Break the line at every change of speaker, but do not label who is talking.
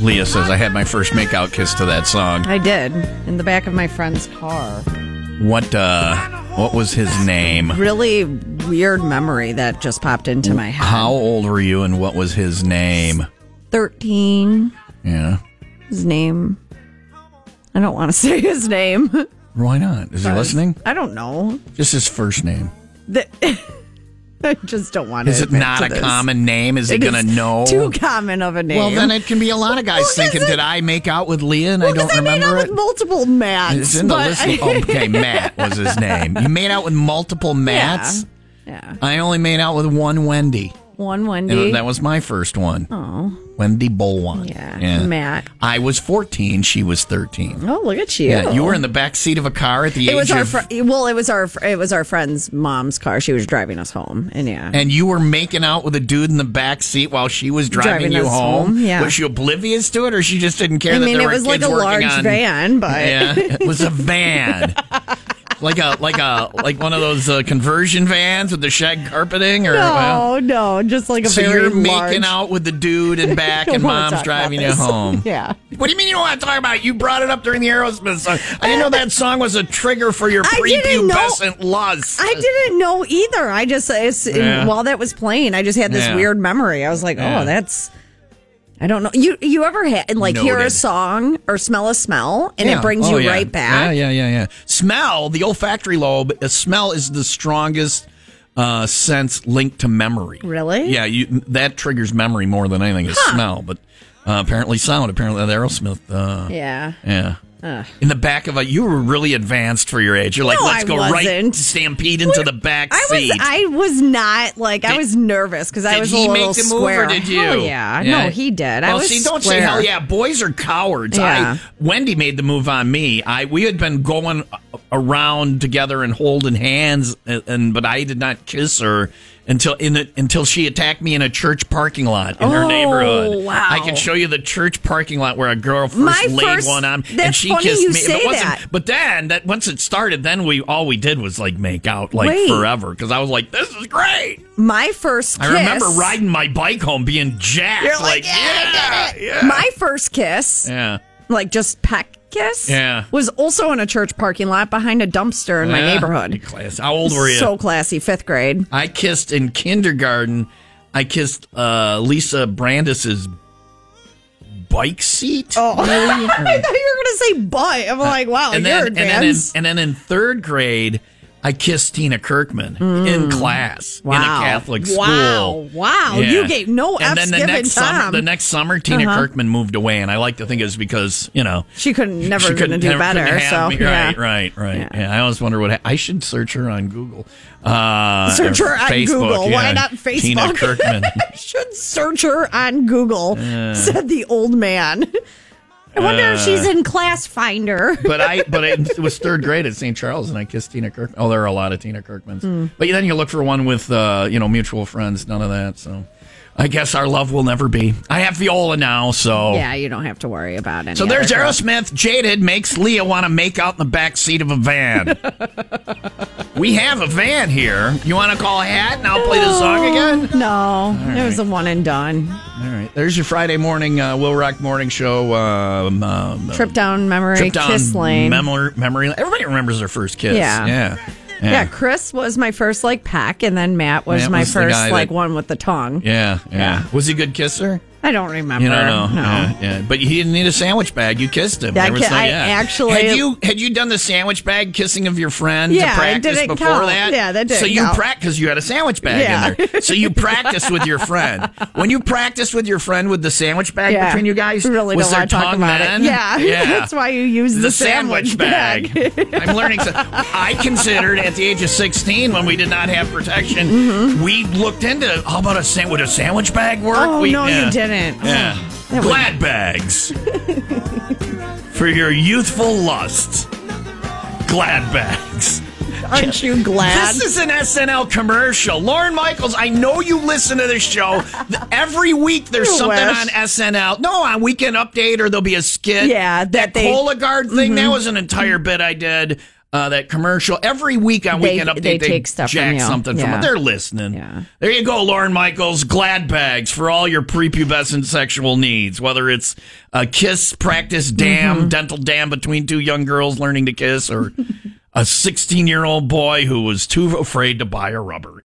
Leah says, I had my first makeout kiss to that song.
I did in the back of my friend's car.
What uh what was his name?
Really weird memory that just popped into my head.
How old were you and what was his name?
13.
Yeah.
His name. I don't want to say his name.
Why not? Is he listening?
I don't know.
Just his first name.
The- I just don't want to.
Is it
admit
not
to
a
this.
common name? Is he
It
gonna
is
know?
Too common of a name.
Well, then it can be a lot of guys
Well, 'cause
thinking,
it-
did I make out with Leah and I
Well, 'cause
don't
made out
remember it?
with multiple Matts.
It's in the
but-
list. Of, oh, okay, Matt was his name. You made out with multiple Matts.
yeah.
I only made out with one Wendy,
One Wendy.
and that was my first one. Oh, Wendy Bolwan.
Yeah, Matt.
I was fourteen. She was thirteen.
oh, look at you.
Yeah, you were in the back seat of a car at the
It
age
was our
of,
fr- well. It was our it was our friend's mom's car. She was driving us home, and yeah,
and you were making out with a dude in the back seat while she was driving,
Driving
you
us
home.
home, yeah.
Was she oblivious to it, or she just didn't care?
I
that
mean
there
it
were
was like a
kids working
large
on-
van, but
Yeah, it was a van. Like a like a like one of those uh, conversion vans with the shag carpeting, or well,
no, no, just like a
so
very
you're
large.
making out with the dude in back,
I
and
don't wanna
mom's
talk about
driving you
this.
home.
yeah.
What do you mean you don't want to talk about? it? You brought it up during the Aerosmith song. I didn't know that song was a trigger for your
I didn't know-
prepubescent lust.
I didn't know either. I just it's,
Yeah.
while that was playing, I just had this
Yeah.
weird memory. I was like,
Yeah.
oh, that's. I don't know. You you ever had like hear a
Noted.
song or smell a smell and
Yeah.
it brings
Oh,
you
yeah.
right back?
Yeah, yeah, yeah, yeah. Smell, the olfactory lobe, uh, smell is the strongest uh, sense linked to memory.
Really?
Yeah, you, that triggers memory more than anything is smell, but uh, apparently sound, apparently the Aerosmith. Uh,
Yeah.
Yeah. In the back of a, you were really advanced for your age. You're like,
No,
let's
I
go right
wasn't.
stampede into the back
I was
seat.
I was not like I was nervous because I
Did
was a
he
little
make the
square.
move or did you?
Hell yeah. no, he did. I
Well,
was
see, don't
square.
say hell yeah. Boys are cowards.
Yeah.
I Wendy made the move on me. I we had been going a- around together and holding hands, and, and but I did not kiss her until in the, until she attacked me in a church parking lot in her
Oh,
neighborhood.
wow.
I can show you the church parking lot where a girl first
My
laid
first-
one on, and
that's
she
funny
kissed
you
me. If
say
it wasn't-
that.
But then that once it started, then we all we did was like make out like
Wait.
forever because I was like, this is great.
My first kiss.
I remember riding my bike home being jacked.
You're like, yeah, I
yeah,
did it.
yeah.
My first kiss.
yeah.
like just peck kiss
Yeah.
was also in a church parking lot behind a dumpster in my
Yeah. You
neighborhood
Class. How old were you?
so classy fifth grade
I kissed in kindergarten. I kissed uh, Lisa Brandis's bike seat.
oh i thought you were gonna say butt i'm like wow
Mm. Uh, and
you're
then, and then, in,
advanced
and then in third grade, I kissed Tina Kirkman in class in a
Mm. Wow.
Catholic school.
Wow. Wow. You gave no
And then
Fs
the
given,
next summer,
Tom.
the next summer, Tina
Uh-huh.
Kirkman moved away, and I like to think it was because you know
she couldn't never
she
gonna
couldn't
do
never- couldn't
better
have
so
me.
yeah
Right, right, right. Yeah.
Yeah.
I always wonder what ha- I should search her on Google. Uh,
Search
or
her on
Facebook,
Google.
yeah.
Why not Facebook?
Tina Kirkman.
I should search her on Google,
Uh.
said the old man. I wonder if she's in Class Finder.
but I, but it was third grade at St. Charles, and I kissed Tina Kirkman. Oh, there are a lot of Tina Kirkmans.
Hmm.
But then you look for one with uh, you know mutual friends. None of that. So I guess our love will never be. I have Viola now, so.
Yeah, you don't have to worry about it.
Oh. So there's Aerosmith. Jaded makes Leah want to make out in the back seat of a van. we have a van here. You want to call a hat and I'll play the song again?
Oh, No, it was a one and done.
All right. There's your Friday morning uh, Will Rock Morning Show. Um, um, uh,
Trip down memory,
trip down
kiss lane.
Memory, memory. lane. Everybody remembers their first kiss.
Yeah.
Yeah.
yeah, Chris was my first like pack, and then Matt was
Matt
my
was the
first
guy
like
that-
one with the tongue.
Yeah, yeah.
Yeah.
Was he a good kisser?
I don't remember.
You don't know.
No.
Yeah, yeah. But he didn't need a sandwich bag. You kissed him.
That
There was
ki-
no-
I
yeah.
actually-
had you had you done the sandwich bag kissing of your friend
Yeah,
to
it
practice
didn't
before
count.
that.
Yeah, that didn't
So you
count.
practice. You had a sandwich bag in
Yeah.
there. So you practiced with your friend. When you practiced with your friend with the sandwich bag
Yeah.
between you guys,
Really
was
don't
there
want to talk
tongue
about it.
then?
Yeah. That's why you use the sandwich
I'm learning. So I considered at the age of 16 when we did not have protection, we looked into how about a sandwich? Would a sandwich bag work?
Mm-hmm. Oh
We-
no,
yeah.
you didn't.
Yeah.
That would-
Glad bags. For your youthful lust. Glad bags.
Aren't you glad?
This is an SNL commercial. Lauren Michaels, I know you listen to this show. Th- Every week there's
You
something
wish.
on SNL. No, on Weekend Update or there'll be a skit.
Yeah, that they- Mm-hmm.
Cola guard thing, that was an entire bit I did. Uh, that commercial every week on
They-
Weekend Update,
they
they,
take stuff from
jack
you.
something from
Yeah.
it. They're listening.
Yeah.
There you go, Lauren Michaels. Glad bags for all your prepubescent sexual needs, whether it's a kiss practice dam, dental dam between two young girls learning to kiss, or a 16 year old boy who was too afraid to buy a rubber